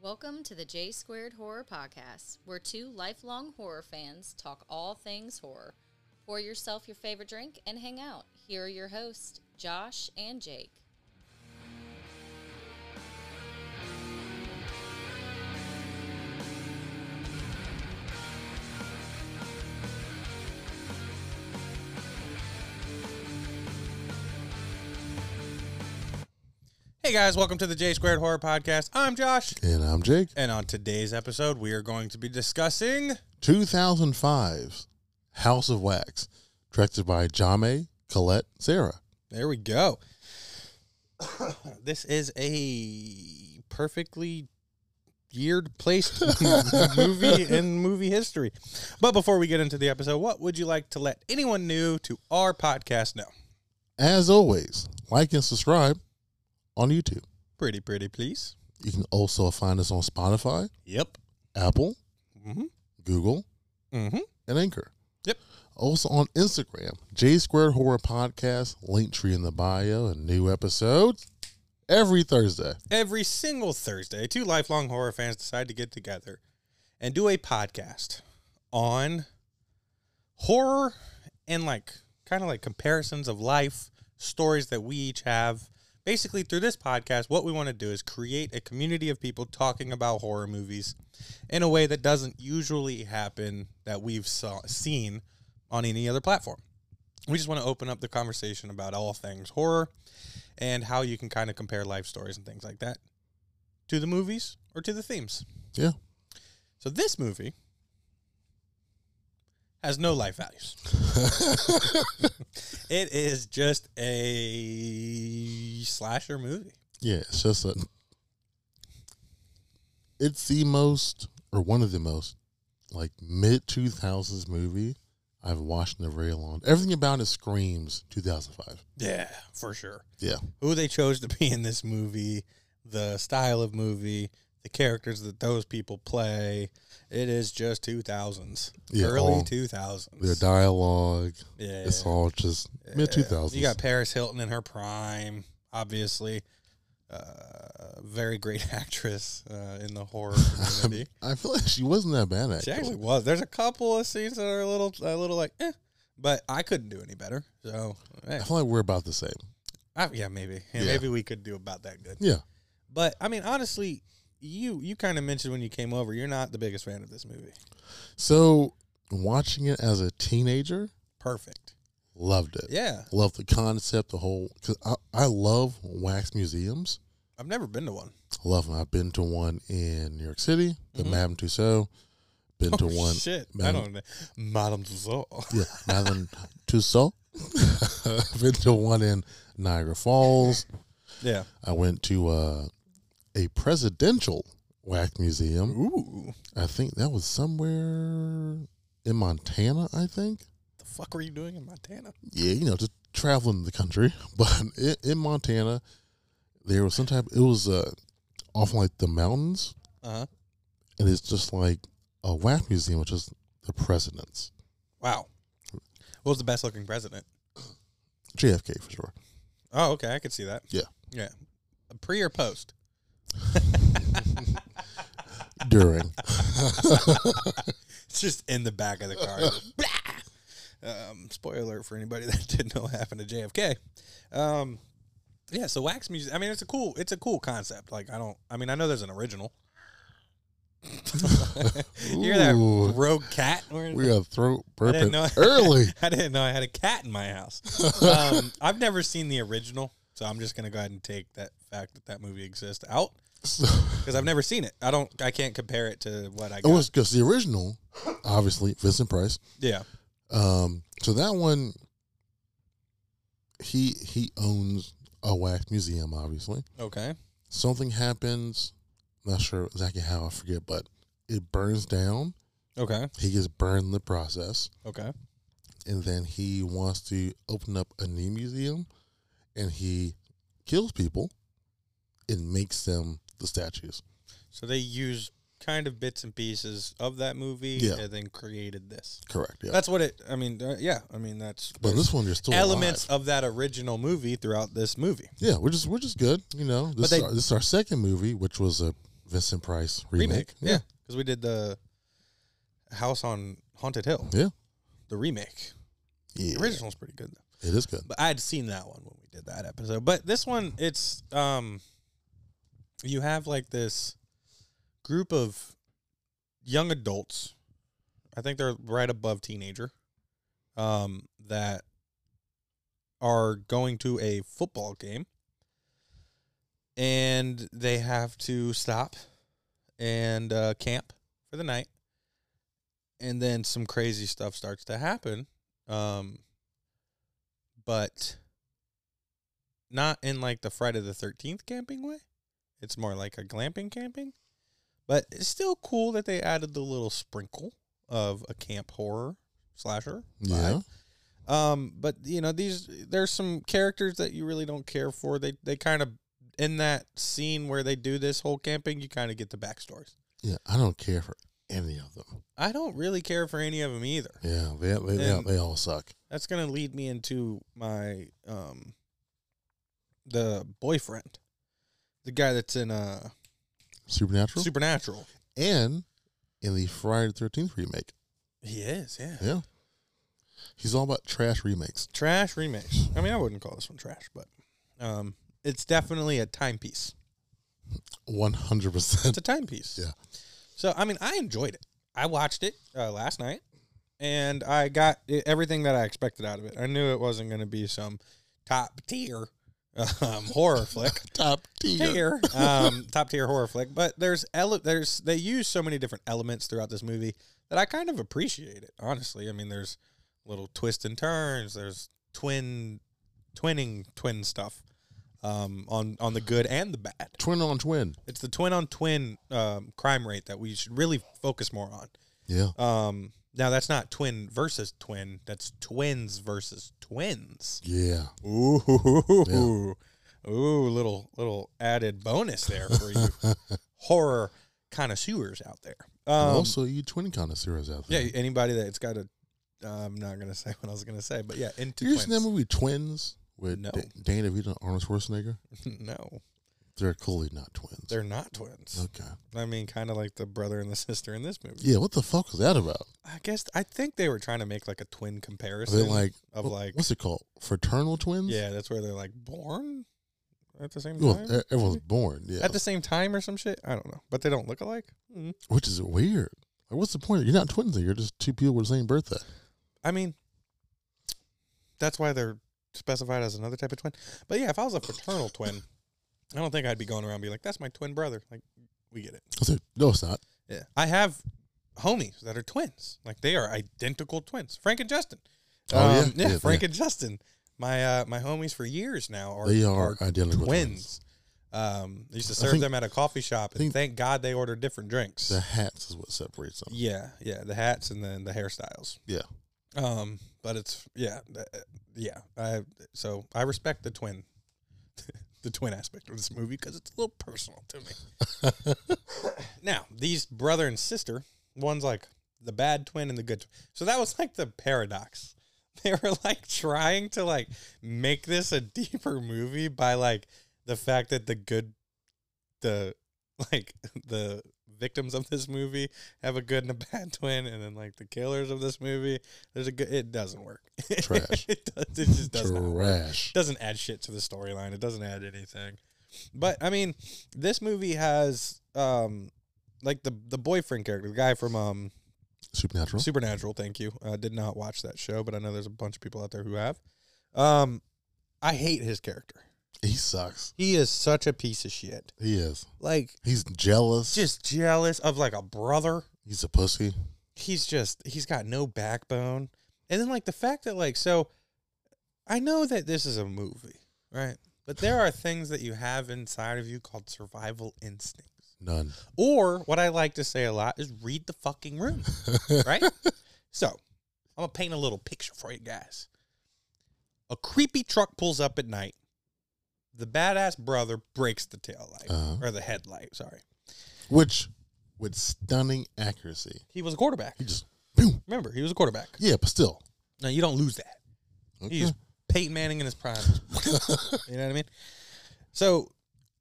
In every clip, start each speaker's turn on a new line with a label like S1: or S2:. S1: Welcome to the J Squared Horror Podcast, where two lifelong horror fans talk all things horror. Pour yourself your favorite drink and hang out. Here are your hosts, Josh and Jake.
S2: Hey guys, welcome to the J Squared Horror Podcast. I'm Josh,
S3: And I'm Jake.
S2: and on today's episode, we are going to be discussing
S3: 2005's House of Wax, directed by Jame Colette Sarah.
S2: There we go. this is a perfectly yeared placed movie in movie history. But before we get into the episode, what would you like to let anyone new to our podcast know?
S3: As always, like and subscribe on YouTube.
S2: Pretty, pretty, please.
S3: You can also find us on Spotify,
S2: Yep.
S3: Apple,
S2: Mm-hmm.
S3: Google,
S2: Mm-hmm.
S3: and Anchor.
S2: Yep.
S3: Also on Instagram, J Squared Horror Podcast, link tree in the bio, and new episodes every Thursday.
S2: Every single Thursday, two lifelong horror fans decide to get together and do a podcast on horror and like kind of like comparisons of life, stories that we each have. Basically, through this podcast, what we want to do is create a community of people talking about horror movies in a way that doesn't usually happen that we've saw, seen on any other platform. We just want to open up the conversation about all things horror and how you can kind of compare life stories and things like that to the movies or to the themes.
S3: Yeah.
S2: So this movie has no life values. it is just a slasher movie.
S3: Yeah, it's just a. It's the most, or one of the most, like mid two thousands movie I've watched in a very long. Everything about it screams two thousand five.
S2: Yeah, for sure.
S3: Yeah,
S2: Who they chose to be in this movie, the style of movie, the characters that those people play. It is just 2000s.
S3: Yeah,
S2: early
S3: all-
S2: 2000s.
S3: their dialogue.
S2: yeah.
S3: It's all just mid two
S2: Yeah.
S3: thousands.
S2: You got Paris Hilton in her prime, obviously. Uh, very great actress uh, in the horror community.
S3: I feel like she wasn't that bad
S2: she
S3: actually.
S2: actually was. There's a couple of scenes that are a little, a little like, eh, but I couldn't do any better. So, eh,
S3: I feel like we're about the same.
S2: I, yeah, maybe, yeah,
S3: Yeah.
S2: maybe we could do about that good.
S3: Yeah,
S2: But I mean, honestly, you you kind of mentioned when you came over, you're not the biggest fan of this movie.
S3: so watching it as a teenager,
S2: Perfect.
S3: loved it.
S2: Yeah,
S3: Loved the concept, the whole. Cause I, I love wax museums.
S2: I've never been to one.
S3: Love them. I've been to one in New York City, the
S2: Mhm.
S3: Madame Tussauds. Been to
S2: Oh,
S3: one,
S2: Shit, I
S3: Madame-
S2: don't know. Madame Tussauds.
S3: yeah, Madame Tussauds. been to one in Niagara Falls.
S2: Yeah.
S3: I went to uh, a presidential wax museum.
S2: Ooh.
S3: I think that was somewhere in Montana. I think.
S2: the fuck were you doing in Montana?
S3: Yeah, you know, just traveling the country, but in, in Montana, there was some type. It was uh, off like the mountains.
S2: Uh huh.
S3: and it's just like a wax museum, which is the presidents,
S2: Wow. What was the best looking president?
S3: JFK for sure.
S2: Oh, okay. I could see that.
S3: Yeah.
S2: Yeah. Pre or post?
S3: During,
S2: It's just in the back of the car. Just blah! um, spoiler alert for anybody that didn't know what happened to JFK. Um, yeah. So wax music. I mean, it's a cool. It's a cool concept. Like I don't. I mean, I know there's an original. you hear that
S3: Ooh.
S2: rogue cat? Or
S3: we got throat
S2: didn't
S3: burping
S2: know.
S3: early.
S2: I didn't know I had a cat in my house. um, I've never seen the original, so I'm just gonna go ahead and take that fact that that movie exists out
S3: So,
S2: because I've never seen it. I don't. I can't compare it to what I
S3: it
S2: got.
S3: was because the original, obviously Vincent Price.
S2: yeah,
S3: Um, so that one, he he owns a wax museum. Obviously,
S2: okay,
S3: something happens. Not sure exactly how I forget, but it burns down.
S2: okay,
S3: He gets burned in the process.
S2: okay.
S3: and then he wants to open up a new museum and he kills people and makes them the statues.
S2: So they use kind of bits and pieces of that movie
S3: Yeah.
S2: and then created this.
S3: Correct. Yeah.
S2: That's what it. I mean, uh, yeah. I mean, that's
S3: but this one you're still
S2: elements
S3: elements.
S2: of that original movie throughout this movie.
S3: Yeah, which is which is good. You know, this
S2: they-
S3: is our, this is our second movie, which was a Vincent Price remake.
S2: remake. Yeah, because we did the House on Haunted Hill,
S3: Yeah.
S2: the remake.
S3: Yeah.
S2: The original's pretty good. Though.
S3: It is good.
S2: But I had seen that one when we did that episode. But this one, it's um, you have like this group of young adults. I think they're right above teenager. Um, that are going to a football game, and they have to stop and uh, camp for the night. And then some crazy stuff starts to happen. Um, but not in like the Friday the 13th camping way. It's more like a glamping camping. But it's still cool that they added the little sprinkle of a camp horror slasher.
S3: Yeah.
S2: vibe. Um, but you know, these there's some characters that you really don't care for. They they kind of in that scene where they do this whole camping, you kind of get the backstories.
S3: Yeah. I don't care for any of them.
S2: I don't really care for any of them either.
S3: Yeah. They they, they,
S2: And-
S3: they all suck.
S2: That's gonna lead me into my um the boyfriend. The guy that's in uh
S3: Supernatural.
S2: Supernatural.
S3: and in the Friday the 13th remake.
S2: He is, yeah.
S3: Yeah. He's all about trash remakes.
S2: Trash remix. I mean I wouldn't call this one trash, but um it's definitely a timepiece.
S3: 100%.
S2: It's a timepiece.
S3: Yeah.
S2: So I mean, I enjoyed it. I watched it uh, last night, and I got i- everything that I expected out of it. I knew it wasn't going to be some top tier um, horror flick,
S3: Top tier.
S2: tier um, top tier horror flick. But there's ele- there's they use so many different elements throughout this movie that I kind of appreciate it. Honestly, I mean, there's little twists and turns. There's twin, twinning, twin stuff um, on on the good and the bad.
S3: Twin on twin.
S2: It's the twin on twin um, crime rate that we should really focus more on.
S3: Yeah.
S2: Um, now that's not twin versus twin. That's twins versus twins.
S3: Yeah.
S2: Ooh, ooh, little little added bonus there for you horror connoisseurs out there.
S3: and
S2: Um,
S3: also, you twin connoisseurs out
S2: yeah,
S3: there.
S2: anybody that's got a, I'm not gonna say what I was gonna say, but yeah, into
S3: You ever seen that
S2: twins.
S3: movie Twins with
S2: No.
S3: Da- Dana DeVito and Arnold Schwarzenegger?
S2: no,
S3: They're clearly not twins.
S2: they're not twins.
S3: okay.
S2: I mean, kind of like the brother and the sister in this movie.
S3: Yeah, what the fuck was that about?
S2: I guess I think they were trying to make like a twin
S3: Are
S2: comparison.
S3: they like
S2: of
S3: wh-
S2: like-
S3: what's it called? Fraternal twins?
S2: yeah, that's where they're like born at the same time.
S3: Well, e- everyone's born. Yeah,
S2: At the same time or some shit. I don't know, but they don't look alike. Mm.
S3: which is weird. Like, what's the point? You're not twins. You're just two people with the same birthday.
S2: I mean, that's why they're specified as another type of twin. But yeah, if I was a fraternal twin, I don't think I'd be going around being like, "That's my twin brother." Like, we get it.
S3: I said, no, it's not.
S2: Yeah, I have homies that are twins. Like they are identical twins. Frank and Justin. Um,
S3: Oh, yeah?
S2: yeah,
S3: Yeah,
S2: Frank
S3: yeah.
S2: and Justin. My uh, my homies for years now are
S3: They are identical
S2: twins. Um, I used to
S3: I
S2: serve
S3: think-
S2: them at a coffee shop, and
S3: think-
S2: thank God they ordered different drinks.
S3: The hats is what separates them.
S2: yeah, yeah, the hats and then the hairstyles.
S3: Yeah.
S2: Um, but it's yeah, th- yeah. I so I respect the twin, the twin aspect of this movie because it's a little personal to me. now these brother and sister, one's like the bad twin and the good. Tw- so that was like the paradox. They were like trying to like make this a deeper movie by like the fact that the good, the like the victims of this movie have a good and a bad twin, and then like the killers of this movie, there's a good. It doesn't work.
S3: Trash.
S2: it, does, it just does not work
S3: Trash.
S2: doesn't add shit to the storyline. It doesn't add anything. But I mean, this movie has um like the the boyfriend character, the guy from um
S3: Supernatural.
S2: Supernatural, thank you. I did not watch that show, but I know there's a bunch of people out there who have. Um I hate his character.
S3: he sucks.
S2: He is such a piece of shit.
S3: He is.
S2: Like
S3: He's jealous.
S2: just jealous of like a brother.
S3: He's a pussy.
S2: he's just he's got no backbone and then like the fact that like so i know that this is a movie right but there are things that you have inside of you called survival instincts
S3: None.
S2: or what i like to say a lot is read the fucking room right so i'm gonna paint a little picture for you guys a creepy truck pulls up at night the badass brother breaks the tail light
S3: Uh-huh.
S2: or the headlight sorry
S3: Which, with stunning accuracy,
S2: he was a quarterback
S3: he just boom.
S2: remember he was a quarterback
S3: Yeah, but still.
S2: now you don't lose that
S3: Okay.
S2: He's Peyton Manning in his prime. you know what I mean? So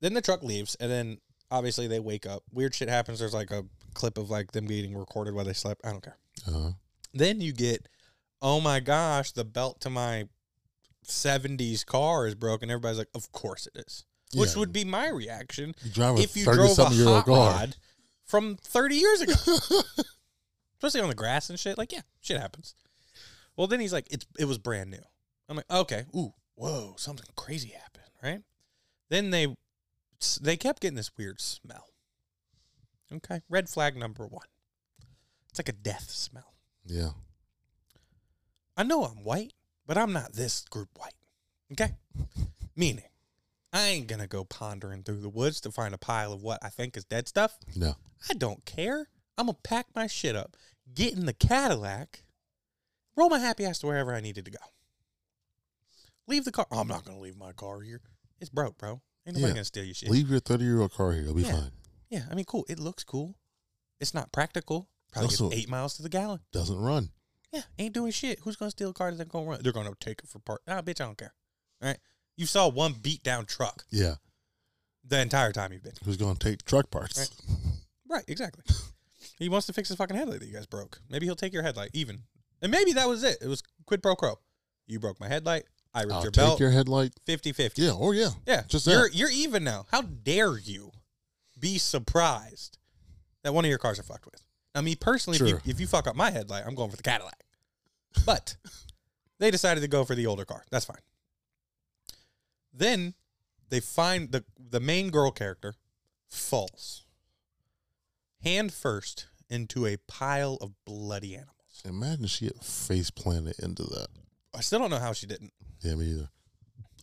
S2: then the truck leaves, and then Obviously, they wake up. Weird shit happens. There's like a clip of like them getting recorded while they slept. I don't care.
S3: Uh,
S2: Then you get, oh my gosh, the belt to my 70s car is broken. Everybody's like, of course it is. Which
S3: Yeah.
S2: would be my reaction
S3: you drive a
S2: if you
S3: thirty
S2: drove a
S3: something year old
S2: hot
S3: car.
S2: rod from 30 years ago. Especially on the grass and shit. Like, yeah, shit happens. Well, then he's like, it's, it was brand new. I'm like, okay, ooh, whoa, something crazy happened, right? Then they they kept getting this weird smell. Okay, red flag number one. It's like a death smell.
S3: Yeah.
S2: I know I'm white, but I'm not this group white. Okay? Meaning, I ain't gonna go pondering through the woods to find a pile of what I think is dead stuff.
S3: No.
S2: I don't care. I'm gonna pack my shit up, get in the Cadillac, roll my happy ass to wherever I needed to go. Leave the car. Oh, I'm not gonna leave my car here. It's broke, bro. Ain't nobody
S3: Yeah.
S2: gonna steal your shit.
S3: Leave your thirty year old car here. It'll be
S2: Yeah.
S3: fine.
S2: Yeah, I mean, cool. It looks cool. It's not practical. Probably gets
S3: Also-
S2: eight miles to the gallon.
S3: Doesn't run.
S2: Yeah, ain't doing shit. Who's gonna steal a car that's gonna run? They're gonna take it for part. Nah, bitch, I don't care. All right. You saw one beat down truck
S3: Yeah.
S2: the entire time you've been.
S3: Who's gonna take truck parts?
S2: Right. Right, exactly. he wants to fix his fucking headlight that you guys broke. Maybe he'll take your headlight, even. And maybe that was it. It was quid pro quo. You broke my headlight. I ripped
S3: I'll
S2: your
S3: take
S2: belt.
S3: your headlight.
S2: 50 50.
S3: Yeah. Oh yeah.
S2: Yeah.
S3: Just that.
S2: you're, you're even now. How dare you be surprised that one of your cars are fucked with? Now, me personally,
S3: Sure.
S2: if, you, if you fuck up my headlight, I'm going for the Cadillac. But they decided to go for the older car. That's fine. Then they find the, the main girl character falls hand first into a pile of bloody animals.
S3: Imagine she had face planted into that.
S2: I still don't know how she didn't.
S3: Yeah, me either.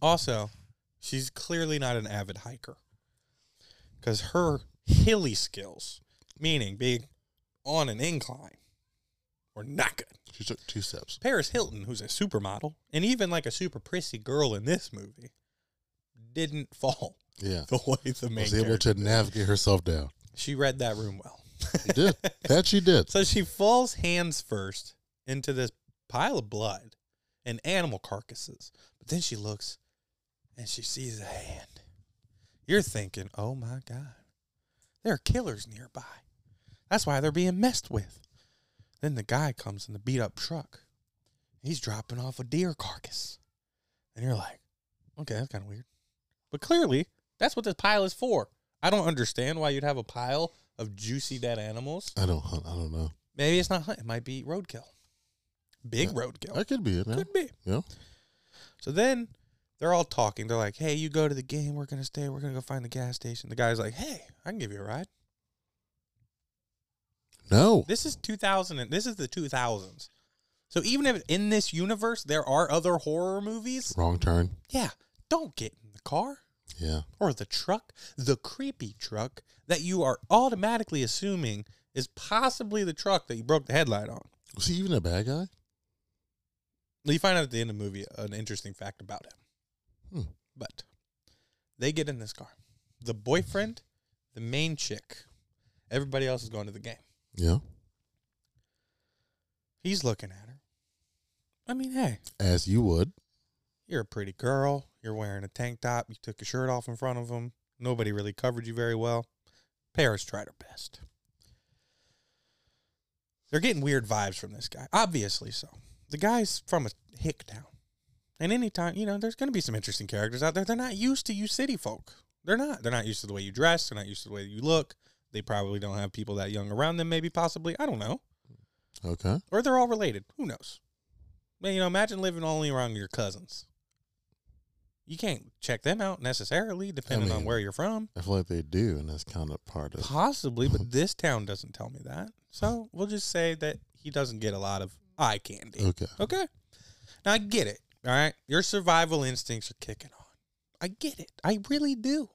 S2: Also, she's clearly not an avid hiker because her hilly skills, meaning being on an incline, were not good.
S3: She took two steps.
S2: Paris Hilton, who's a supermodel and even like a super prissy girl in this movie, didn't fall
S3: Yeah.
S2: the way the main
S3: Was able
S2: character.
S3: to navigate herself down.
S2: She read that room well.
S3: She did. that she did.
S2: So she falls hands first into this pile of blood and animal carcasses. But then she looks and she sees a hand. You're thinking, oh my God, there are killers nearby. That's why they're being messed with. Then the guy comes in the beat up truck. He's dropping off a deer carcass. And you're like, okay, that's kind of weird. But clearly, that's what this pile is for. I don't understand why you'd have a pile of juicy dead animals
S3: I don't hunt. I don't know.
S2: Maybe it's not hunt. It might be roadkill. Big roadkill.
S3: That could be it. Now.
S2: Could be.
S3: Yeah.
S2: So then they're all talking. They're like, hey, you go to the game. We're going to stay. We're going to go find the gas station. The guy's like, hey, I can give you a ride.
S3: No.
S2: This is 2000. And, this is the 2000s. So even if in this universe there are other horror movies,
S3: Wrong turn.
S2: yeah, don't get in the car
S3: Yeah.
S2: or the truck, the creepy truck that you are automatically assuming is possibly the truck that you broke the headlight on.
S3: Was he even a bad guy?
S2: You find out at the end of the movie an interesting fact about him.
S3: Hmm.
S2: But they get in this car. The boyfriend, the main chick, everybody else is going to the game.
S3: Yeah.
S2: He's looking at her. I mean, hey,
S3: As you would.
S2: you're a pretty girl. You're wearing a tank top. You took your shirt off in front of him. Nobody really covered you very well. Paris tried her best. They're getting weird vibes from this guy. Obviously so. The guy's from a hick town. And anytime, you know, there's going to be some interesting characters out there. They're not used to you city folk. They're not. They're not used to the way you dress. They're not used to the way you look. They probably don't have people that young around them, maybe, possibly. I don't know
S3: Okay.
S2: or they're all related. Who knows? Man, you know, imagine living only around your cousins. You can't check them out necessarily, depending on
S3: mean-
S2: where you're from.
S3: I feel like they do, and that's kind of part of.
S2: Possibly, but this town doesn't tell me that. So we'll just say that he doesn't get a lot of eye candy.
S3: Okay.
S2: Okay. Now I get it. All right. Your survival instincts are kicking on. I get it. I really do.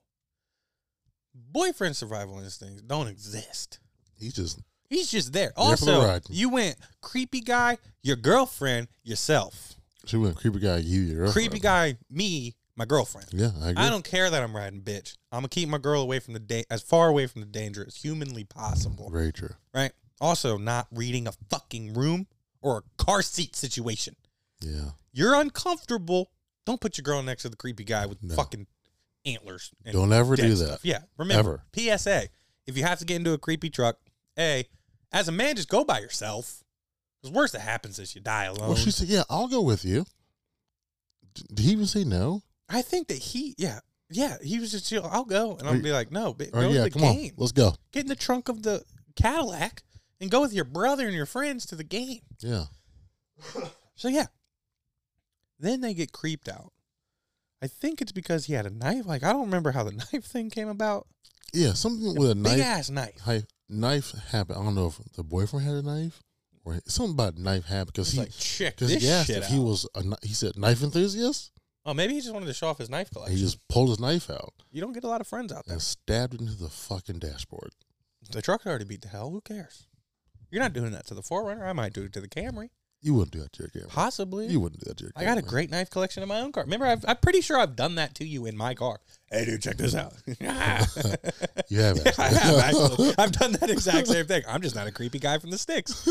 S2: Boyfriend survival instincts don't exist.
S3: He just
S2: He's just there.
S3: There for the
S2: Also,
S3: ride.
S2: you went creepy guy, your girlfriend, yourself.
S3: she went creepy guy. You your girlfriend.
S2: Creepy guy, me, my girlfriend.
S3: Yeah, I agree.
S2: I don't care that I'm riding bitch. I'm gonna keep my girl away from the da- as far away from the danger as humanly possible.
S3: Very true.
S2: Right. Also, not reading a fucking room or a car seat situation.
S3: Yeah.
S2: You're uncomfortable. Don't put your girl next to the creepy guy with
S3: No.
S2: fucking antlers. And
S3: Don't ever
S2: dead
S3: do that.
S2: stuff. Yeah, remember PSA: if you have to get into a creepy truck, a as a man, just go by yourself. Because worst that happens is you die alone.
S3: Well, she said, "Yeah, I'll go with you." D- Did he even say no?
S2: I think that he, yeah, yeah, he was just, you know, I'll go, and
S3: Are
S2: I'll
S3: you-
S2: be like, no, but
S3: Or
S2: go
S3: yeah,
S2: to the
S3: come
S2: game.
S3: on, let's go.
S2: Get in the trunk of the Cadillac and go with your brother and your friends to the game.
S3: Yeah,
S2: So yeah. Then they get creeped out. I think it's because he had a knife. Like I don't remember how the knife thing came about.
S3: yeah, something with a
S2: Big
S3: knife.
S2: ass knife.
S3: hi- Knife happened. I don't know if the boyfriend had a knife or something about knife happened because
S2: It's
S3: he
S2: like check
S3: because
S2: this
S3: he asked
S2: shit
S3: if
S2: out.
S3: he was a kni- he said knife enthusiast.
S2: oh, maybe he just wanted to show off his knife
S3: And he
S2: collection.
S3: just pulled his knife out
S2: you don't get a lot of friends out there.
S3: and stabbed it into the fucking dashboard.
S2: The truck already beat the hell. Who cares? You're not doing that to the Forerunner. I might do it to the Camry.
S3: You wouldn't do that to your camera.
S2: Possibly.
S3: You wouldn't do that to your
S2: I
S3: camera.
S2: got a great knife collection in my own car. Remember, I've, I'm pretty sure I've done that to you in my car. Hey, dude, check this out. yeah,
S3: You have
S2: I have actually. I've done that exact same thing. I'm just not a creepy guy from the sticks.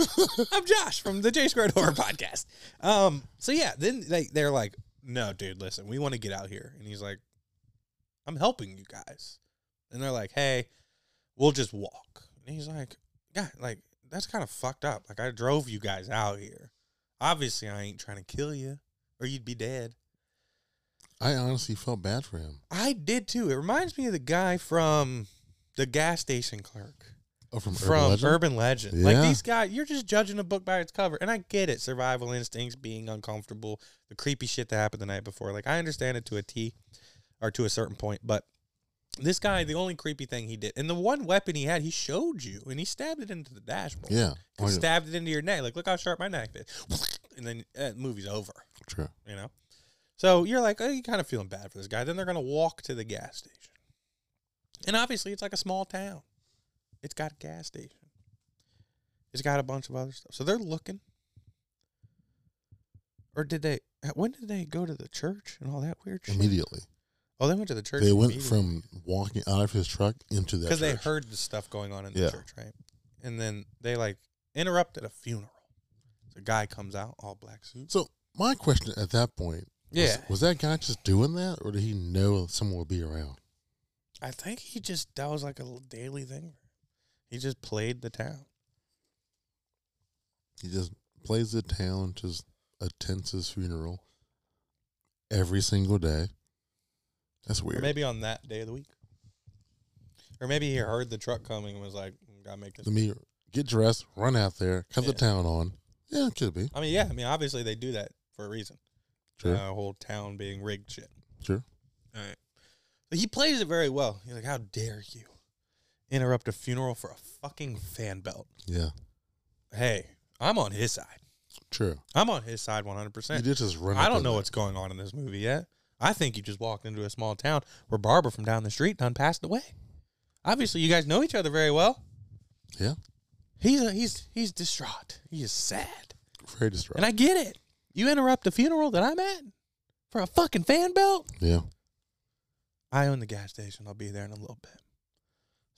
S2: I'm Josh from the J Squared Horror Podcast. Um, so yeah, then they they're like, no, dude, listen, we want to get out here, and he's like, I'm helping you guys, and they're like, hey, we'll just walk, and he's like, yeah, like that's kind of fucked up. Like I drove you guys out here. Obviously, I ain't trying to kill you, or you'd be dead.
S3: I honestly felt bad for him.
S2: I did too. It reminds me of the guy from the gas station clerk.
S3: Oh, from,
S2: from
S3: Urban Legend?
S2: Urban Legend. Like
S3: Yeah.
S2: these guys, you're just judging a book by its cover, and I get it. Survival instincts, being uncomfortable, the creepy shit that happened the night before. Like I understand it to a T, or to a certain point, but this guy, the only creepy thing he did, and the one weapon he had, he showed you, and he stabbed it into the dashboard.
S3: Yeah.
S2: He
S3: Oh, yeah.
S2: stabbed it into your neck. Like, look how sharp my neck is, and then uh, movie's over.
S3: True.
S2: You know. So you're like, oh, you kind of feeling bad for this guy. Then they're gonna walk to the gas station, and obviously it's like a small town. It's got a gas station. It's got a bunch of other stuff. So they're looking. Or did they? uh, When did they go to the church and all that weird shit?
S3: Immediately.
S2: Oh, they went to the church.
S3: They went from walking out of his truck into that.
S2: because they
S3: church.
S2: heard the stuff going on in the
S3: Yeah.
S2: church, right? And then they like interrupted a funeral. The guy comes out all black suit.
S3: So my question at that point, was,
S2: Yeah,
S3: was that guy just doing that, or did he know someone would be around?
S2: I think he just that was like a little daily thing. He just played the town.
S3: He just plays the town, just attends his funeral every single day. That's
S2: Or
S3: weird.
S2: maybe on that day of the week. Or maybe he heard the truck coming and was like, "Mm, "Gotta make this."
S3: Let me get dressed, run out there, cut the
S2: Yeah.
S3: town on. Yeah, it could be.
S2: I mean, yeah. I mean, obviously they do that for a reason.
S3: Sure.
S2: Uh, whole town being rigged shit.
S3: Sure.
S2: All right. But he plays it very well. He's like, "How dare you interrupt a funeral for a fucking fan belt?"
S3: Yeah,
S2: Hey, I'm on his side.
S3: true.
S2: I'm on his side 100.
S3: He
S2: percent
S3: did just run.
S2: I
S3: up
S2: don't
S3: in
S2: know
S3: there.
S2: what's going on in this movie yet. I think you just walked into a small town where Barbara from down the street done passed away. Obviously, you guys know each other very well.
S3: Yeah,
S2: He's he's he's distraught. He is sad,
S3: very distraught.
S2: and I get it. You interrupt the funeral that I'm at for a fucking fan belt.
S3: yeah,
S2: I own the gas station. I'll be there in a little bit.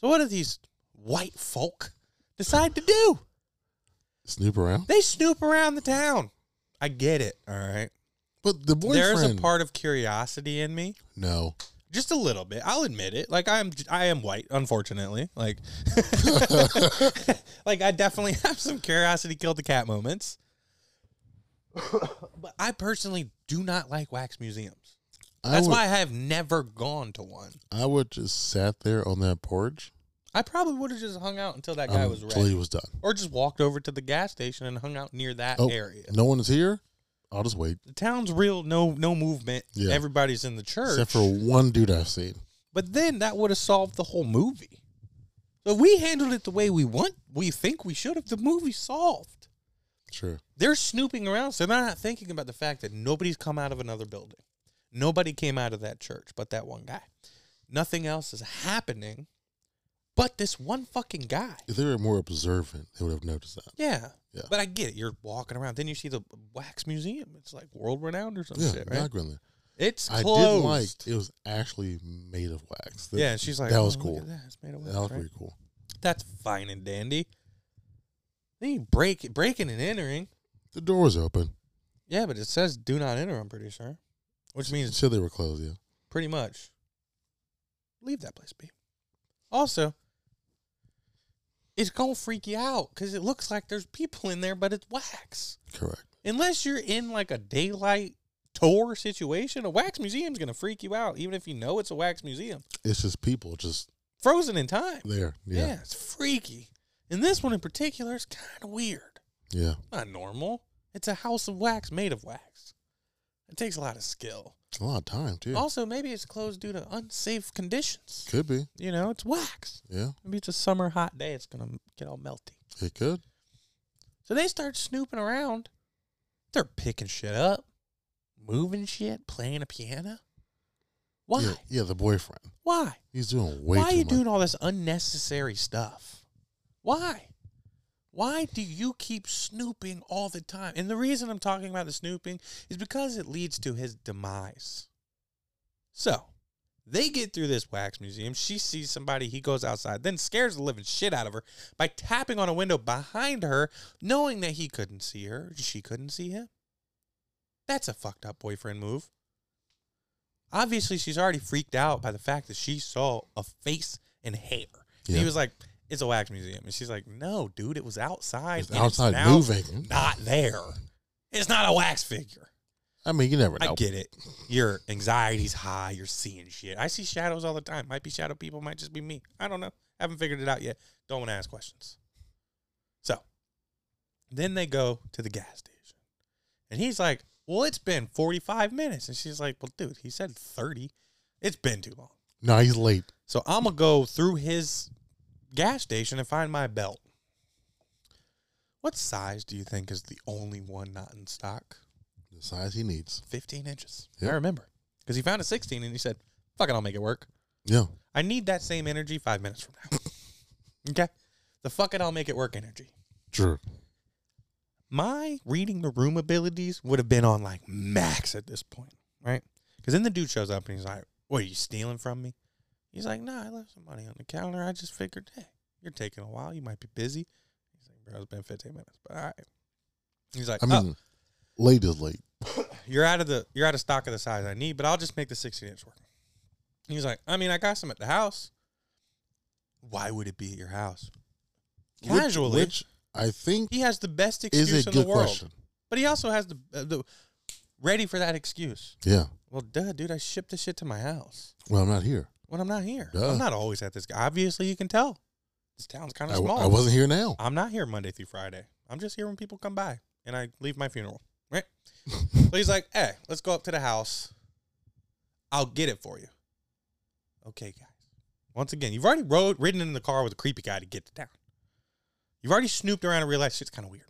S2: So, what do these white folk decide to do?
S3: snoop around.
S2: They snoop around the town. I get it. All right.
S3: But the boyfriend.
S2: There's a part of curiosity in me.
S3: No,
S2: just a little bit. I'll admit it. Like I'm, I am white, unfortunately. Like, like I definitely have some curiosity killed the cat moments. but I personally do not like wax museums.
S3: I
S2: That's
S3: would,
S2: why I have never gone to one.
S3: I would just sat there on that porch
S2: I probably would have just hung out until that guy was
S3: until
S2: ready,
S3: he was done.
S2: or just walked over to the gas station and hung out near that
S3: Oh,
S2: area.
S3: no one is here. I'll just wait,
S2: The town's real, no, no movement.
S3: Yeah.
S2: Everybody's in the church,
S3: except for one dude I've seen.
S2: But then that would have solved the whole movie. So if we handled it the way we want, we think we should have. The movie solved.
S3: Sure.
S2: They're snooping around, so they're not thinking about the fact that nobody's come out of another building. Nobody came out of that church but that one guy. Nothing else is happening but this one fucking guy.
S3: If they were more observant, they would have noticed that.
S2: Yeah.
S3: Yeah.
S2: But I get it. You're walking around. Then you see the wax museum. It's like world renowned or some
S3: yeah,
S2: shit, right?
S3: not going there.
S2: It's
S3: I
S2: closed.
S3: did like it was actually made of wax. That-
S2: yeah, and she's like,
S3: that
S2: "Oh,
S3: was
S2: look
S3: cool.
S2: at that. It's made of wax,
S3: that was
S2: right?
S3: pretty cool.
S2: That's fine and dandy. Then you break breaking and entering.
S3: The door was open.
S2: Yeah, but it says do not enter. I'm pretty sure, which
S3: It
S2: means
S3: said they were closed. Yeah,
S2: pretty much Leave that place be. Also, it's gonna freak you out because it looks like there's people in there, but it's wax.
S3: Correct.
S2: Unless you're in like a daylight tour situation, a wax museum's gonna freak you out, even if you know it's a wax museum.
S3: It's just people just
S2: Frozen in time.
S3: there.
S2: Yeah,
S3: Yeah.
S2: it's freaky. And this one in particular is kind of weird.
S3: Yeah.
S2: Not normal. It's a house of wax made of wax. It takes a lot of skill.
S3: It's a lot of time too.
S2: Also, maybe it's closed due to unsafe conditions.
S3: Could be.
S2: You know, it's wax.
S3: Yeah.
S2: Maybe it's a summer hot day. It's going to get all melty.
S3: It could.
S2: So they start snooping around. They're picking shit up, moving shit, playing a piano. Why?
S3: Yeah, yeah, the boyfriend.
S2: Why?
S3: He's doing way
S2: Why are
S3: too
S2: you
S3: much.
S2: doing all this unnecessary stuff? Why? Why do you keep snooping all the time? And the reason I'm talking about the snooping is because it leads to his demise. So, they get through this wax museum. She sees somebody. He goes outside, then scares the living shit out of her by tapping on a window behind her, knowing that he couldn't see her. She couldn't see him. That's a fucked up boyfriend move. Obviously, she's already freaked out by the fact that she saw a face and hair. And
S3: Yeah.
S2: he was like, It's a wax museum. And she's like, No, dude, it was outside.
S3: It's
S2: and
S3: outside
S2: now
S3: moving.
S2: Not there. It's not a wax figure.
S3: I mean, you never know.
S2: I get it. Your anxiety's high. You're seeing shit. I see shadows all the time. Might be shadow people. Might just be me. I don't know. Haven't figured it out yet. Don't want to ask questions. So then they go to the gas station. And he's like, Well, it's been 45 minutes. And she's like, Well, dude, he said 30. It's been too long.
S3: No, he's late.
S2: So I'm going to go through his gas station and find my belt. What size do you think is the only one not in stock?
S3: The size he needs.
S2: 15 inches. I
S3: Yeah.
S2: remember because he found a 16 and he said, "Fuck it, I'll make it work."
S3: Yeah.
S2: I need that same energy five minutes from now. okay, the fuck it, I'll make it work energy.
S3: True.
S2: My reading the room abilities would have been on like max at this point, right? Because then the dude shows up and he's like, "What are you stealing from me?" He's like, "Nah, I left some money on the counter. I just figured, hey, you're taking a while. You might be busy." He's like, "Bro, it's been 15 minutes, but all right." He's like,
S3: I
S2: "Oh,
S3: mean, late is late.
S2: you're out of the you're out of stock of the size I need, but I'll just make the 16 inch work. He was like, I mean, I got some at the house. Why would it be at your house?
S3: Which-
S2: Casually,
S3: Which, I think
S2: he has the best excuse
S3: is a
S2: in the
S3: good
S2: world,
S3: question.
S2: but he also has the uh, the ready for that excuse.
S3: Yeah.
S2: Well, duh, dude, I shipped this shit to my house
S3: Well, I'm not here.
S2: when I'm not here.
S3: Duh.
S2: I'm not always at this. Obviously, you can tell this town's kind
S3: I,
S2: of
S3: w-
S2: small.
S3: I wasn't here now.
S2: I'm not here Monday through Friday. I'm just here when people come by and I leave my funeral, right? so he's like, hey, let's go up to the house. I'll get it for you. Okay, guys. Once again, you've already rode, ridden in the car with a creepy guy to get to town. You've already snooped around and realized shit's kind of weird.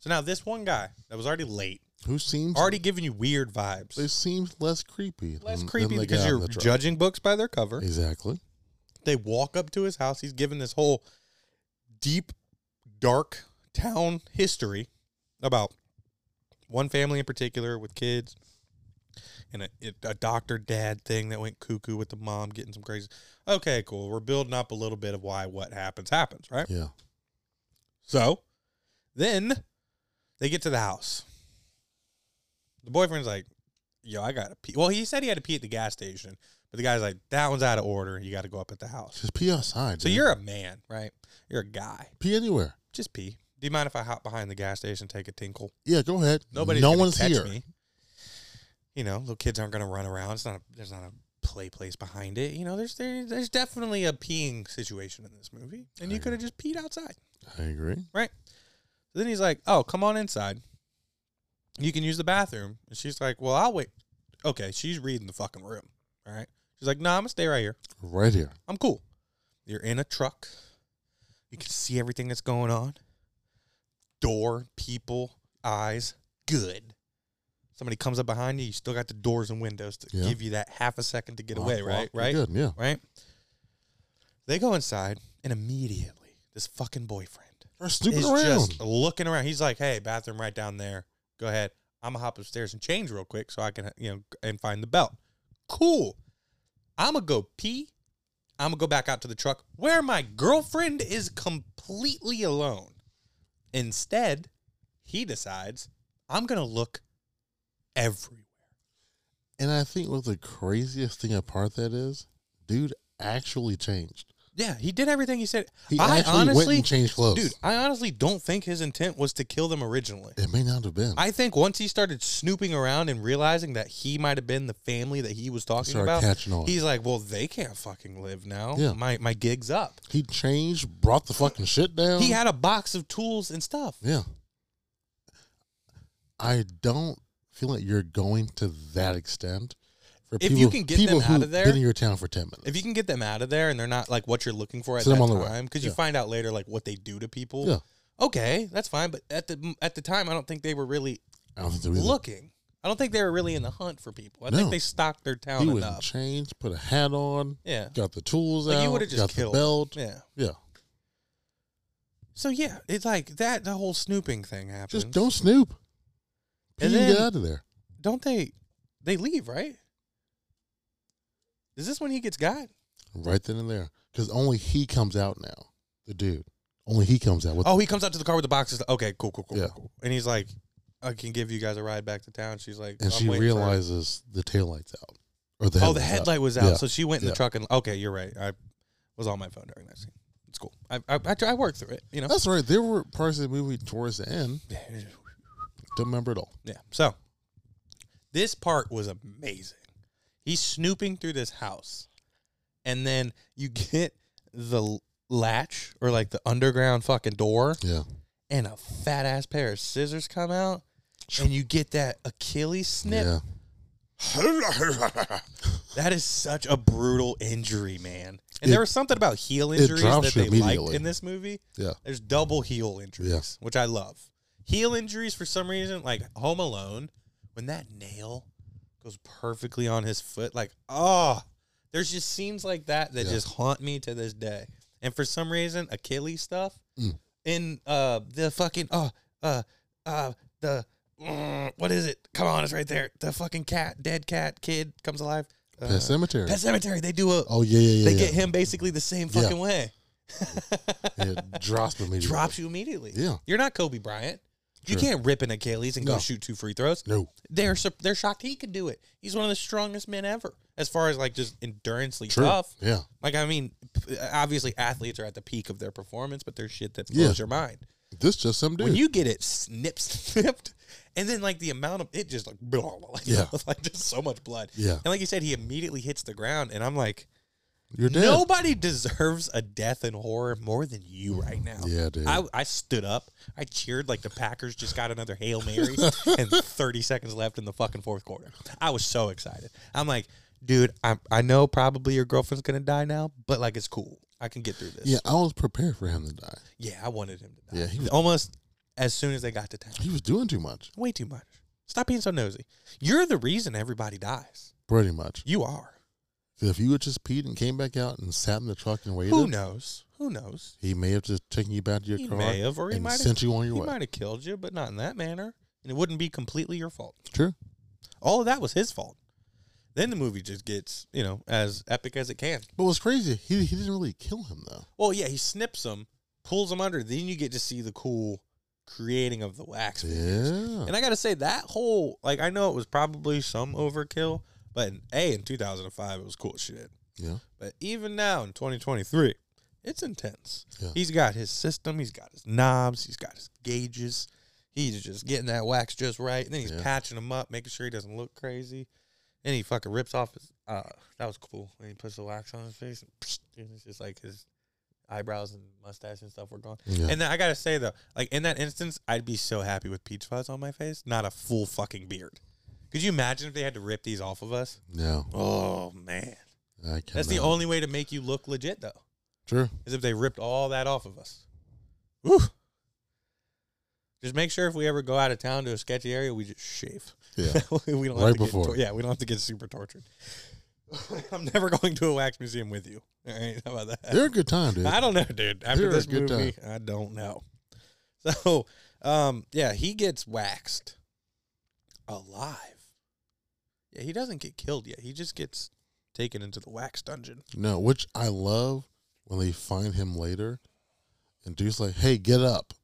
S2: So now this one guy that was already late,
S3: Who seems
S2: already giving you weird
S3: It
S2: vibes.
S3: seems less creepy.
S2: Less
S3: than- than
S2: creepy
S3: the
S2: because
S3: guy on
S2: you're
S3: the truck.
S2: judging books by their cover.
S3: Exactly.
S2: They walk up to his house. He's given this whole deep, dark town history about one family in particular with kids and a, it- a doctor dad thing that went cuckoo with the mom getting some crazy. Okay, cool. We're building up a little bit of why what happens happens, right?
S3: Yeah.
S2: So then they get to the house. The boyfriend's like, yo, I got to pee. Well, he said he had to pee at the gas station, but the guy's like, that one's out of order. You got to go up at the house.
S3: Just pee outside.
S2: So
S3: dude.
S2: you're a man, right? You're a guy.
S3: pee anywhere.
S2: Just pee. Do you mind if I hop behind the gas station, take a tinkle?
S3: Yeah, go ahead.
S2: Nobody.
S3: no
S2: gonna
S3: one's
S2: catch
S3: here.
S2: Me. You know, little kids aren't going to run around. It's not. A, there's not a play place behind it. You know, there's there, there's definitely a peeing situation in this movie, and you
S3: I
S2: could have just peed outside.
S3: I agree.
S2: So then he's like, "Oh, come on inside. You can use the bathroom." And she's like, "Well, I'll wait." Okay, she's reading the fucking room. All right. She's like, "No, I'm gonna stay right here."
S3: Right here.
S2: I'm cool. You're in a truck. You can see everything that's going on. Door, people, eyes, good. Somebody comes up behind you, you still got the doors and windows to
S3: Yeah.
S2: give you that half a second to get
S3: Walk,
S2: away,
S3: walk,
S2: right?
S3: you're
S2: Right?
S3: Good. Yeah.
S2: Right? They go inside and immediately this fucking boyfriend
S3: Or snooping
S2: is
S3: around.
S2: just looking around. He's like, "Hey, bathroom right down there. Go ahead. I'm gonna hop upstairs and change real quick so I can, you know, and find the belt. Cool. I'm gonna go pee. I'm gonna go back out to the truck where my girlfriend is completely alone. Instead, he decides I'm gonna look everywhere.
S3: And I think what the craziest thing apart that is, dude actually changed.
S2: Yeah, he did everything he said.
S3: He
S2: I
S3: actually went
S2: honestly,
S3: and changed clothes.
S2: dude, I honestly don't think his intent was to kill them originally.
S3: it may not have been.
S2: I think once he started snooping around and realizing that he might have been the family that he was talking
S3: Started
S2: about,
S3: catching on.
S2: he's like, "Well, they can't fucking live now.
S3: Yeah.
S2: My my gig's up."
S3: he changed, brought the fucking shit down.
S2: He had a box of tools and stuff.
S3: Yeah. I don't feel like you're going to that extent. For
S2: If you can get them
S3: people who
S2: out of there-
S3: been in your town for ten minutes.
S2: If you can get them out of there and they're not like what you're looking for at
S3: Send
S2: that
S3: them on their way.
S2: time, because you
S3: Yeah.
S2: find out later like what they do to people.
S3: yeah,
S2: Okay, that's fine, but at the at the time, I don't think they were really
S3: I don't think there was.
S2: looking. I don't think they were really in the hunt for people. I
S3: No.
S2: think they stocked their town
S3: he was
S2: enough.
S3: changed, put a hat on,
S2: Yeah,
S3: got the tools
S2: Like,
S3: out,
S2: you would've just
S3: got
S2: killed.
S3: the belt.
S2: yeah.
S3: Yeah,
S2: So yeah, it's like that. The whole snooping thing happens.
S3: just don't snoop.
S2: And
S3: People get
S2: then-
S3: out of there.
S2: don't they they leave right is this when he gets got
S3: right then and there because only he comes out now. The dude, only he comes out with.
S2: oh he comes out to the car with the boxes okay cool cool cool,
S3: Yeah.
S2: cool, cool. and he's like i can give you guys a ride back to town she's like
S3: and
S2: "I'm
S3: she
S2: waiting for-"
S3: realizes the taillight's out, or the
S2: oh the
S3: headlight's out.
S2: headlight was out
S3: Yeah.
S2: so she went in
S3: Yeah.
S2: the truck and okay you're right i was on my phone during that scene it's cool i i, I, I worked through it you know
S3: That's right. There were parts of the movie towards the end. Don't remember at all.
S2: yeah so this part was amazing he's snooping through this house and then you get the l- latch or like the underground fucking door
S3: Yeah,
S2: and a fat ass pair of scissors come out, and you get that Achilles snip.
S3: yeah.
S2: That is such a brutal injury, man. And
S3: It-
S2: there was something about heel
S3: it
S2: injuries
S3: drops
S2: that
S3: you
S2: they liked
S3: immediately.
S2: in this movie.
S3: Yeah.
S2: There's double heel injuries,
S3: Yeah.
S2: which I love. Heel injuries for some reason, like Home Alone, when that nail goes perfectly on his foot, like oh, there's just scenes like that that
S3: Yeah.
S2: just haunt me to this day. And for some reason, Achilles stuff
S3: Mm.
S2: in uh the fucking oh uh uh the mm, what is it? Come on, it's right there. The fucking cat, dead cat, kid comes alive. Uh,
S3: Pet cemetery.
S2: Pet cemetery. They do a.
S3: oh yeah, yeah,
S2: they
S3: yeah.
S2: get him basically the same
S3: Yeah.
S2: fucking way.
S3: yeah. It drops immediately.
S2: Drops you immediately.
S3: Yeah.
S2: You're not Kobe Bryant. You
S3: True.
S2: can't rip an Achilles and go
S3: No.
S2: shoot two free throws.
S3: No.
S2: They're su- they're shocked he could do it. He's one of the strongest men ever, as far as like just endurancely
S3: True.
S2: tough.
S3: Yeah.
S2: Like I mean, p- obviously athletes are at the peak of their performance, but there's shit that
S3: Yeah.
S2: blows your mind
S3: This just some dude.
S2: when you get it snip snipped, and then like the amount of it just like blah, blah, like,
S3: Yeah.
S2: like just so much blood.
S3: Yeah.
S2: and like you said, he immediately hits the ground, and I'm like,
S3: You're dead.
S2: nobody deserves a death in horror more than you right now.
S3: Yeah, dude.
S2: I, I stood up. I cheered like the Packers just got another Hail Mary and 30 seconds left in the fucking fourth quarter. I was so excited. I'm like, dude, I'm, I know probably your girlfriend's going to die now, but like it's cool. I can get through this.
S3: yeah, I was prepared for him to die.
S2: Yeah, I wanted him to die.
S3: Yeah, he was-
S2: Almost as soon as they got to town.
S3: He was doing too much.
S2: Way too much. Stop being so nosy. You're the reason everybody dies.
S3: Pretty much.
S2: You are.
S3: 'Cause if you had just peed and came back out and sat in the truck and waited,
S2: Who knows? Who knows?
S3: He may have just taken you back to your
S2: He
S3: car
S2: may have, or he
S3: and
S2: might have-
S3: sent you on your
S2: He
S3: way.
S2: might have killed you, but not in that manner. And it wouldn't be completely your fault.
S3: True.
S2: All of that was his fault. Then the movie just gets, you know, as epic as it can.
S3: But what's crazy, he, he didn't really kill him, though.
S2: Well, yeah, he snips him, pulls him under. Then you get to see the cool creating of the wax. figures.
S3: Yeah.
S2: And I got to say, that whole, like, I know it was probably some overkill, but in, A, in 2005, it was cool shit.
S3: Yeah.
S2: But even now in 2023, it's intense.
S3: Yeah.
S2: He's got his system, he's got his knobs, he's got his gauges. He's just getting that wax just right, and then he's
S3: Yeah.
S2: patching them up, making sure he doesn't look crazy. And he fucking rips off his. Uh, that was cool. And he puts the wax on his face, and, psh, and it's just like his eyebrows and mustache and stuff were gone.
S3: Yeah.
S2: And then I gotta say though, like in that instance, I'd be so happy with peach fuzz on my face, not a full fucking beard. Could you imagine if they had to rip these off of us?
S3: no.
S2: Oh man.
S3: I
S2: That's the
S3: cannot.
S2: only way to make you look legit, though,
S3: True.
S2: is if they ripped all that off of us. Woo. Just make sure if we ever go out of town to a sketchy area, we just shave.
S3: Yeah.
S2: we don't
S3: Right
S2: have to
S3: before.
S2: Get, tor- yeah, we don't have to get super tortured. I'm never going to a wax museum with you. All right, how about that?
S3: They're a good time, dude.
S2: I don't know, dude. After
S3: They're a
S2: this
S3: good
S2: movie, I don't know. So, um, yeah, he gets waxed alive. Yeah, he doesn't get killed yet. He just gets taken into the wax dungeon.
S3: No, which I love when they find him later and Dude's like, hey, get up.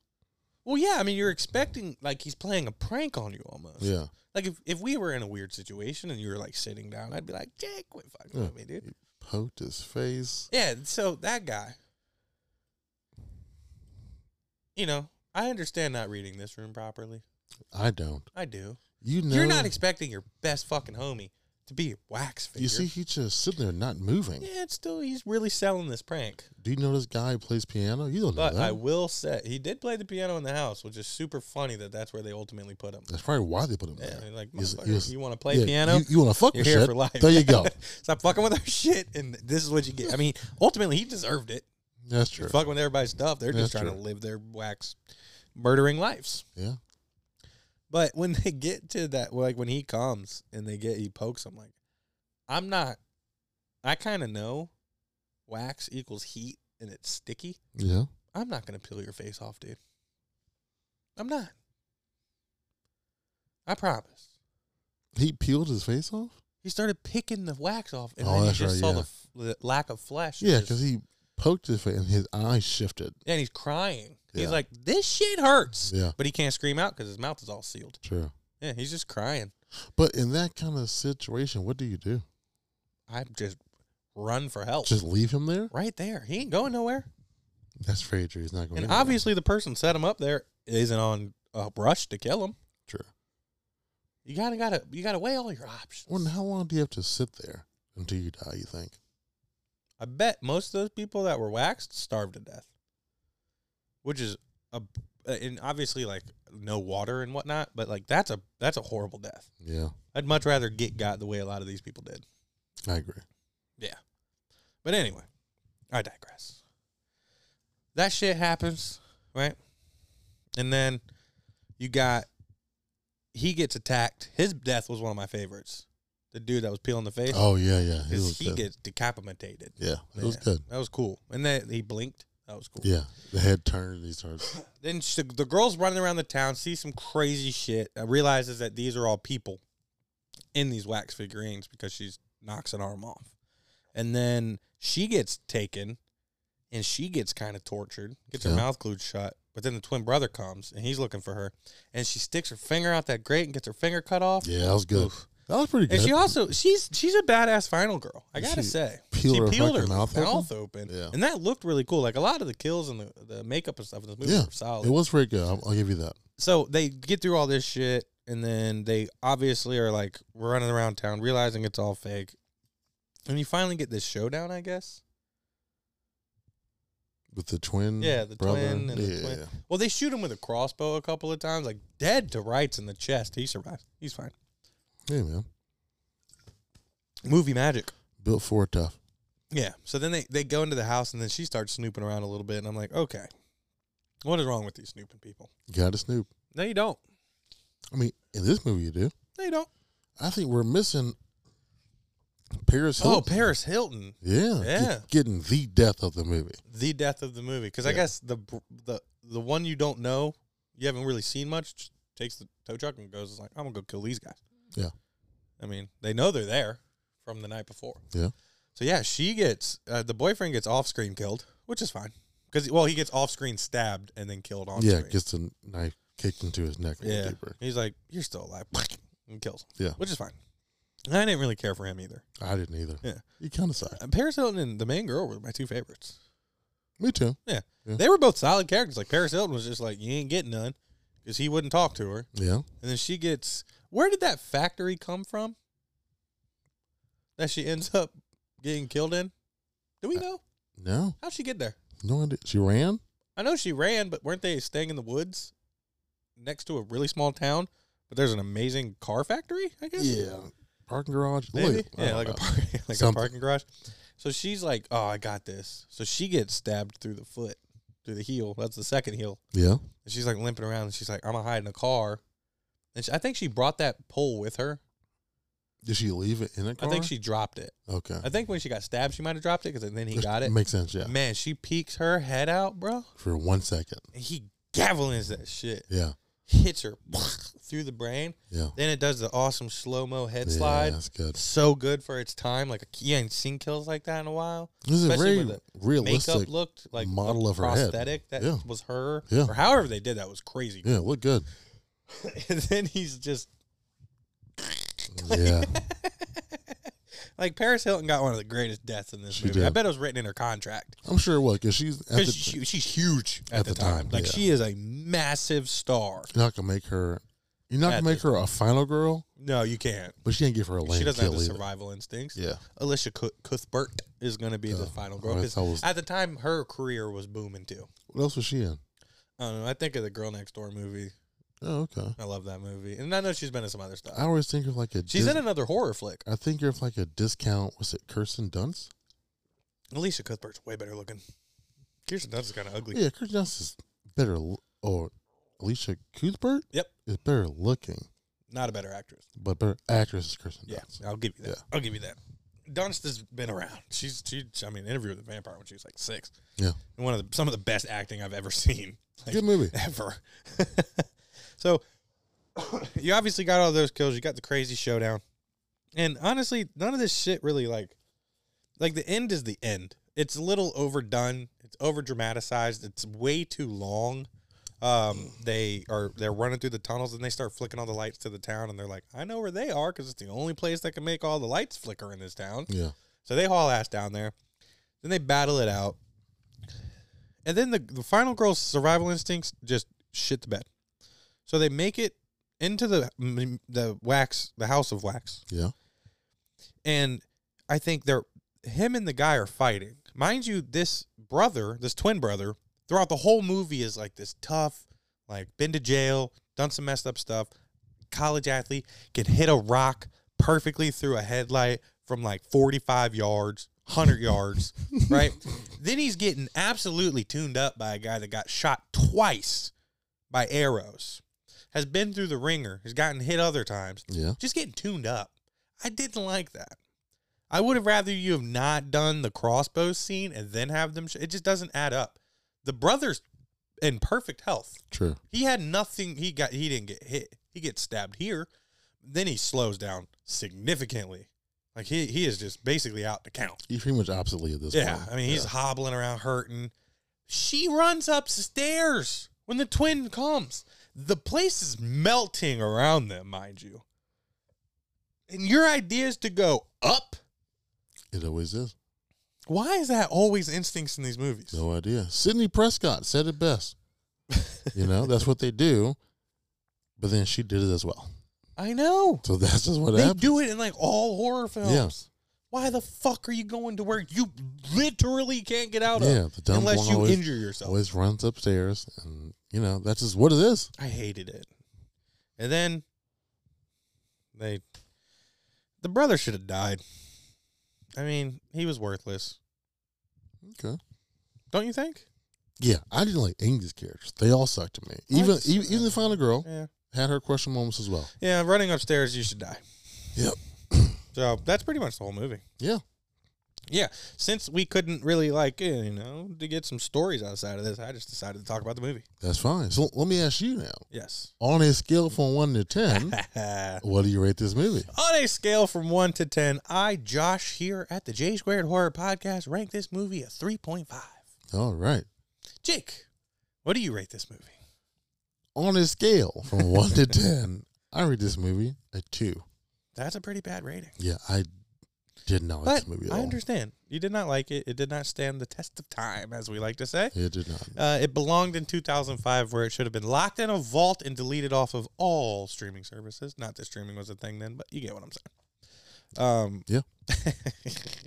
S2: Well, yeah, I mean, you're expecting like he's playing a prank on you almost.
S3: Yeah.
S2: Like if, if we were in a weird situation and you were like sitting down, I'd be like, Jake, quit fucking
S3: Yeah.
S2: with me, dude.
S3: He poked his face.
S2: Yeah, so that guy. You know, I understand not reading this room properly.
S3: I don't.
S2: I do.
S3: You know.
S2: You're not expecting your best fucking homie to be a wax figure.
S3: You see, he's just sitting there not moving.
S2: Yeah, it's still he's really selling this prank.
S3: Do you know this guy who plays piano? You don't
S2: But
S3: know that.
S2: I will say he did play the piano in the house, which is super funny that that's where they ultimately put him.
S3: That's probably why they put him
S2: Yeah,
S3: there.
S2: and like
S3: He's-
S2: motherfucker,
S3: he's-
S2: you want to play
S3: yeah,
S2: piano?
S3: You, want to fuck
S2: You're
S3: with
S2: here
S3: shit?
S2: for life.
S3: There you go.
S2: Stop fucking with our shit, and this is what you get. I mean, ultimately, he deserved it.
S3: That's
S2: You're
S3: true.
S2: fucking with everybody's stuff. They're just
S3: That's
S2: trying to
S3: true.
S2: live their wax murdering lives.
S3: Yeah.
S2: But when they get to that, like when he comes and they get, he pokes. I'm like, I'm not. I kind of know wax equals heat and it's sticky.
S3: Yeah.
S2: I'm not gonna peel your face off, dude. I'm not. I promise.
S3: He peeled his face off.
S2: He started picking the wax off, and
S3: Oh,
S2: then you
S3: that's
S2: just
S3: right,
S2: saw
S3: yeah.
S2: the, f- the lack of flesh.
S3: Yeah,
S2: just-
S3: because he poked his face and his eyes shifted.
S2: and he's crying.
S3: Yeah.
S2: He's like, "This shit hurts,"
S3: Yeah.
S2: but he can't scream out because his mouth is all sealed.
S3: True.
S2: Yeah, he's just crying.
S3: But in that kind of situation, what do you do?
S2: I just run for help.
S3: Just leave him there?
S2: right there. He ain't going nowhere.
S3: That's very true. He's not going.
S2: And
S3: anywhere.
S2: obviously, the person set him up there isn't on a rush to kill him.
S3: True.
S2: You gotta gotta you gotta weigh all your options.
S3: Well, how long do you have to sit there until you die? You think?
S2: I bet most of those people that were waxed starved to death, which is a and obviously like no water and whatnot. But like that's a that's a horrible death.
S3: Yeah,
S2: I'd much rather get got the way a lot of these people did.
S3: I agree.
S2: Yeah. But anyway, I digress. That shit happens, right? And then you got he gets attacked. His death was one of my favorites. The dude that was peeling the face.
S3: Oh yeah, yeah. He
S2: His-
S3: was
S2: he
S3: good.
S2: gets decapitated.
S3: Yeah, it was
S2: Yeah.
S3: good.
S2: That was cool. And then he blinked. That was cool.
S3: Yeah, the head turned. And he starts.
S2: Then she, the girls running around the town see some crazy shit. uh, Realizes that these are all people in these wax figurines because she's knocks an arm off, and then she gets taken, and she gets kind of tortured, gets her
S3: Yeah.
S2: mouth glued shut. But then the twin brother comes and he's looking for her, and she sticks her finger out that grate and gets her finger cut off.
S3: Yeah, that was good.
S2: Oof.
S3: That was pretty good.
S2: And she also she's she's a badass final girl. I
S3: And
S2: gotta
S3: she
S2: say,
S3: peeled
S2: she
S3: her
S2: peeled her
S3: fucking
S2: mouth,
S3: mouth
S2: open,
S3: Yeah.
S2: and that looked really cool. Like a lot of the kills and the, the makeup and stuff in this movie
S3: Yeah,
S2: were solid.
S3: it was very good. I'll, I'll give you that.
S2: so they get through all this shit, and then they obviously are like running around town, realizing it's all fake, and you finally get this showdown, I guess.
S3: With the twin.
S2: Yeah, the
S3: Mm, brother.
S2: twin and
S3: yeah,
S2: the twin. Well, they shoot him with a crossbow a couple of times, like dead to rights in the chest. He survives. He's fine.
S3: yeah, Yeah, man.
S2: Movie magic.
S3: Built for it tough.
S2: Yeah. So then they, they go into the house and then she starts snooping around a little bit and I'm like, okay, what is wrong with these snooping people?
S3: Got to snoop.
S2: No, you don't.
S3: I mean, in this movie, you do.
S2: No, you don't.
S3: I think we're missing Paris
S2: Oh,
S3: Hilton.
S2: Paris Hilton,
S3: yeah, get-
S2: Yeah.
S3: getting the death of the movie.
S2: the death of the movie, because I
S3: Yeah.
S2: guess the br- the the one you don't know, you haven't really seen much, just takes the tow truck and goes, is like, I'm gonna go kill these guys.
S3: Yeah.
S2: I mean, they know they're there from the night before.
S3: Yeah.
S2: So yeah, she gets uh, the boyfriend gets off screen killed, which is fine because well, he gets off screen stabbed and then killed on
S3: yeah,
S2: screen.
S3: gets a knife kicked into his neck. a little
S2: Yeah.
S3: deeper.
S2: He's like, you're still alive. and kills him.
S3: Yeah.
S2: Which is fine. And I didn't really care for him either.
S3: I didn't either.
S2: Yeah.
S3: You kind of sucked.
S2: Uh, Paris Hilton and the main girl were my two favorites.
S3: Me too.
S2: Yeah.
S3: Yeah.
S2: They were both solid characters. Like, Paris Hilton was just like, you ain't getting none because he wouldn't talk to her.
S3: Yeah,
S2: And then she gets, where did that factory come from that she ends up getting killed in? Do we
S3: Uh,
S2: know?
S3: no,
S2: How'd she get there?
S3: no idea. She ran.
S2: I know she ran, but weren't they staying in the woods next to a really small town? But there's an amazing car factory, I guess?
S3: parking garage.
S2: Maybe.
S3: Look, I
S2: yeah,
S3: don't
S2: like a
S3: know.
S2: par- like a
S3: Uh, Something.
S2: parking garage. So she's like, "Oh, I got this." So she gets stabbed through the foot, through the heel. That's the second heel.
S3: yeah,
S2: And she's like limping around, and she's like, "I'm gonna hide in a car." And she, I think she brought that pole with her.
S3: did she leave it in a car?
S2: I think she dropped it.
S3: Okay,
S2: I think when she got stabbed, she might have dropped it because then he
S3: That
S2: got it.
S3: Makes sense. Yeah,
S2: Man, she peeks her head out, bro,
S3: for one second.
S2: and he gavelins that shit,
S3: Yeah,
S2: hits her through the brain.
S3: Yeah.
S2: Then it does the awesome slow mo head
S3: yeah,
S2: slide.
S3: That's good.
S2: So good for its time. Like you ain't seen kills like that in a while.
S3: This is a
S2: Especially
S3: very
S2: with
S3: realistic.
S2: Makeup looked like
S3: model
S2: a
S3: of her head.
S2: prosthetic that
S3: Yeah.
S2: was her.
S3: Yeah.
S2: Or however they did that was crazy.
S3: Yeah, look good.
S2: and then he's just
S3: Yeah.
S2: like Paris Hilton got one of the greatest deaths in this
S3: She
S2: movie. I
S3: did.
S2: bet it was written in her contract
S3: I'm sure it was because she's at the,
S2: because she, she's huge at,
S3: at
S2: the,
S3: the
S2: time.
S3: time,
S2: Like
S3: yeah.
S2: she is a massive star.
S3: you're not gonna make her. You're not
S2: At
S3: gonna make her a final girl,
S2: No, you can't.
S3: but she ain't give her a lane.
S2: she doesn't have
S3: kill
S2: the
S3: either.
S2: survival instincts.
S3: Yeah.
S2: Alicia Cu- Cuthbert is going to be the
S3: Yeah.
S2: final
S3: Oh,
S2: girl.
S3: I
S2: 'cause
S3: thought it was-
S2: at the time, her career was booming too.
S3: What else was she in?
S2: I don't know. I think of the Girl Next Door movie.
S3: Oh, okay.
S2: I love that movie, and I know she's been in some other stuff.
S3: I always think of like a.
S2: she's
S3: dis-
S2: in another horror flick.
S3: I think you're like a discount. Was it Kirsten Dunst?
S2: Alicia Cuthbert's way better looking. Kirsten Dunst is kind of ugly.
S3: Yeah, Kirsten Dunst is better. l- Or Alicia Cuthbert.
S2: Yep.
S3: Is better looking,
S2: Not a better actress.
S3: but better actress is Kirsten
S2: Yeah,
S3: Dunst.
S2: I'll give you that.
S3: Yeah.
S2: I'll give you that. Dunst has been around. She's she. I mean, Interview with the Vampire when she was like six.
S3: Yeah.
S2: and one of the some of the best acting I've ever seen. Like,
S3: Good movie.
S2: ever. so you obviously got all those kills. You got the crazy showdown, and honestly, none of this shit really like, like the end is the end. It's a little overdone. It's over dramatized. It's way too long. Um, they are they're running through the tunnels and they start flicking all the lights to the town and they're like, I know where they are because it's the only place that can make all the lights flicker in this town.
S3: Yeah.
S2: So they haul ass down there. Then they battle it out. And then the, the final girl's survival instincts just shit the bed. So they make it into the the wax, the house of wax.
S3: Yeah.
S2: And I think they're him and the guy are fighting. Mind you, this brother, this twin brother, throughout the whole movie is like this tough, like been to jail, done some messed up stuff, college athlete, can hit a rock perfectly through a headlight from like 45 yards, 100 yards, right? Then he's getting absolutely tuned up by a guy that got shot twice by arrows, has been through the ringer, has gotten hit other times
S3: Yeah.
S2: just getting tuned up. I didn't like that. I would have rather you have not done the crossbow scene and then have them. Sh- it just doesn't add up. The brother's in perfect health.
S3: True.
S2: He had nothing. He got. He didn't get hit. He gets stabbed here. Then he slows down significantly. Like he he is just basically out to count.
S3: He's pretty much obsolete at this
S2: Yeah,
S3: point.
S2: I mean he's
S3: Yeah.
S2: hobbling around hurting. She runs upstairs when the twin comes. The place is melting around them, mind you. And your idea is to go up.
S3: It always is.
S2: Why is that always instincts in these movies?
S3: No idea. Sydney Prescott said it best. you know, that's what they do. But then she did it as well.
S2: I know.
S3: So that's just what
S2: they
S3: happened.
S2: do it in like all horror films.
S3: Yeah.
S2: Why the fuck are you going to where you literally can't get out
S3: Yeah,
S2: of
S3: the dumb
S2: unless
S3: one
S2: you
S3: always-
S2: injure yourself?
S3: Always runs upstairs, and you know that's just what it is.
S2: I hated it. And then they the brother should have died. I mean, he was worthless.
S3: Okay.
S2: Don't you think?
S3: Yeah, I didn't like any of these characters. They all sucked to me. Even
S2: What?
S3: even, even the final girl
S2: Yeah.
S3: had her question moments as well.
S2: Yeah, running upstairs you should die.
S3: Yep.
S2: So that's pretty much the whole movie.
S3: Yeah.
S2: Yeah. Since we couldn't really like eh, you know, to get some stories outside of this, I just decided to talk about the movie.
S3: That's fine. So let me ask you now.
S2: Yes.
S3: On a scale from one to ten,
S2: On
S3: what do you rate this movie?
S2: a scale from one to ten, I, Josh, here at the J Squared Horror Podcast, rank this movie a three point five.
S3: All right.
S2: Jake, what do you rate this movie?
S3: On a scale from one to ten, I rate this movie a two.
S2: That's a pretty bad rating.
S3: Yeah, I did not like
S2: But
S3: this movie at
S2: I
S3: all.
S2: understand. You did not like it. It did not stand the test of time, as we like to say.
S3: It did not.
S2: Uh, it belonged in 2005, where it should have been locked in a vault and deleted off of all streaming services. Not that streaming was a thing then, but you get what I'm saying. Um,
S3: Yeah.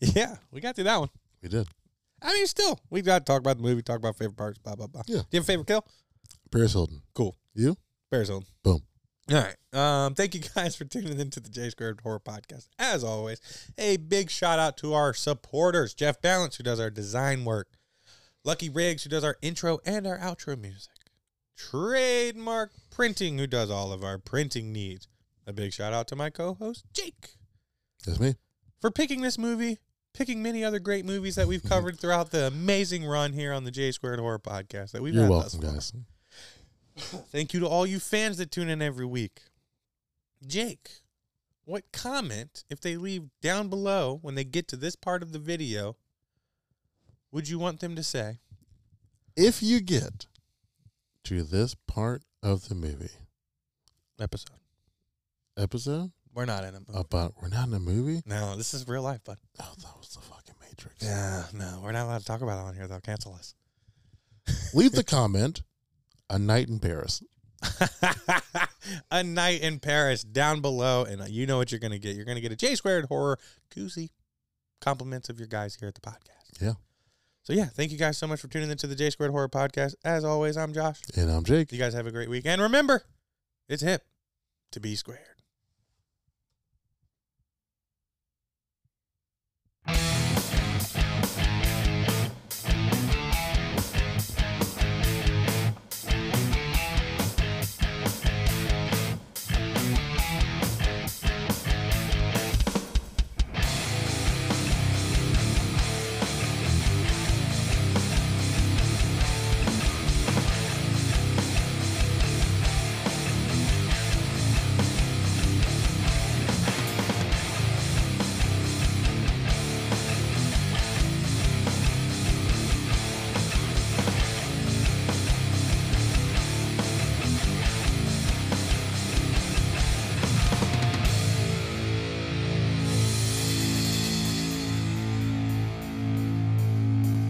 S2: yeah, we got through that one.
S3: We did.
S2: I mean, still, we got to talk about the movie, talk about favorite parts, blah, blah, blah.
S3: Yeah.
S2: Do you have a favorite kill?
S3: Paris Hilton.
S2: Cool.
S3: You?
S2: Bears Hill.
S3: Boom.
S2: All right. Um, thank you guys for tuning in to the J Squared Horror Podcast. As always, a big shout out to our supporters Jeff Balance, who does our design work, Lucky Riggs, who does our intro and our outro music, Trademark Printing, who does all of our printing needs. A big shout out to my co host, Jake,
S3: That's me.
S2: for picking this movie, picking many other great movies that we've covered throughout the amazing run here on the J Squared Horror Podcast that we've
S3: You're
S2: had
S3: welcome,
S2: thus far.
S3: guys.
S2: Thank you to all you fans that tune in every week. Jake, what comment, if they leave down below when they get to this part of the video, would you want them to say?
S3: If you get to this part of the movie
S2: Episode. Oh.
S3: episode
S2: We're not in a movie.
S3: about we're not in a movie,
S2: No, this is real life, bud.
S3: oh, that was the fucking Matrix.
S2: Yeah, no, we're not allowed to talk about it on here. They'll cancel us.
S3: Leave the comment. A night in Paris.
S2: a night in Paris down below, and you know what you're going to get. You're going to get a J squared horror koozie. Compliments of your guys here at the podcast.
S3: Yeah.
S2: So yeah, thank you guys so much for tuning into the J squared horror podcast. As always, I'm Josh.
S3: And I'm Jake.
S2: You guys have a great week, and remember, it's hip to be squared.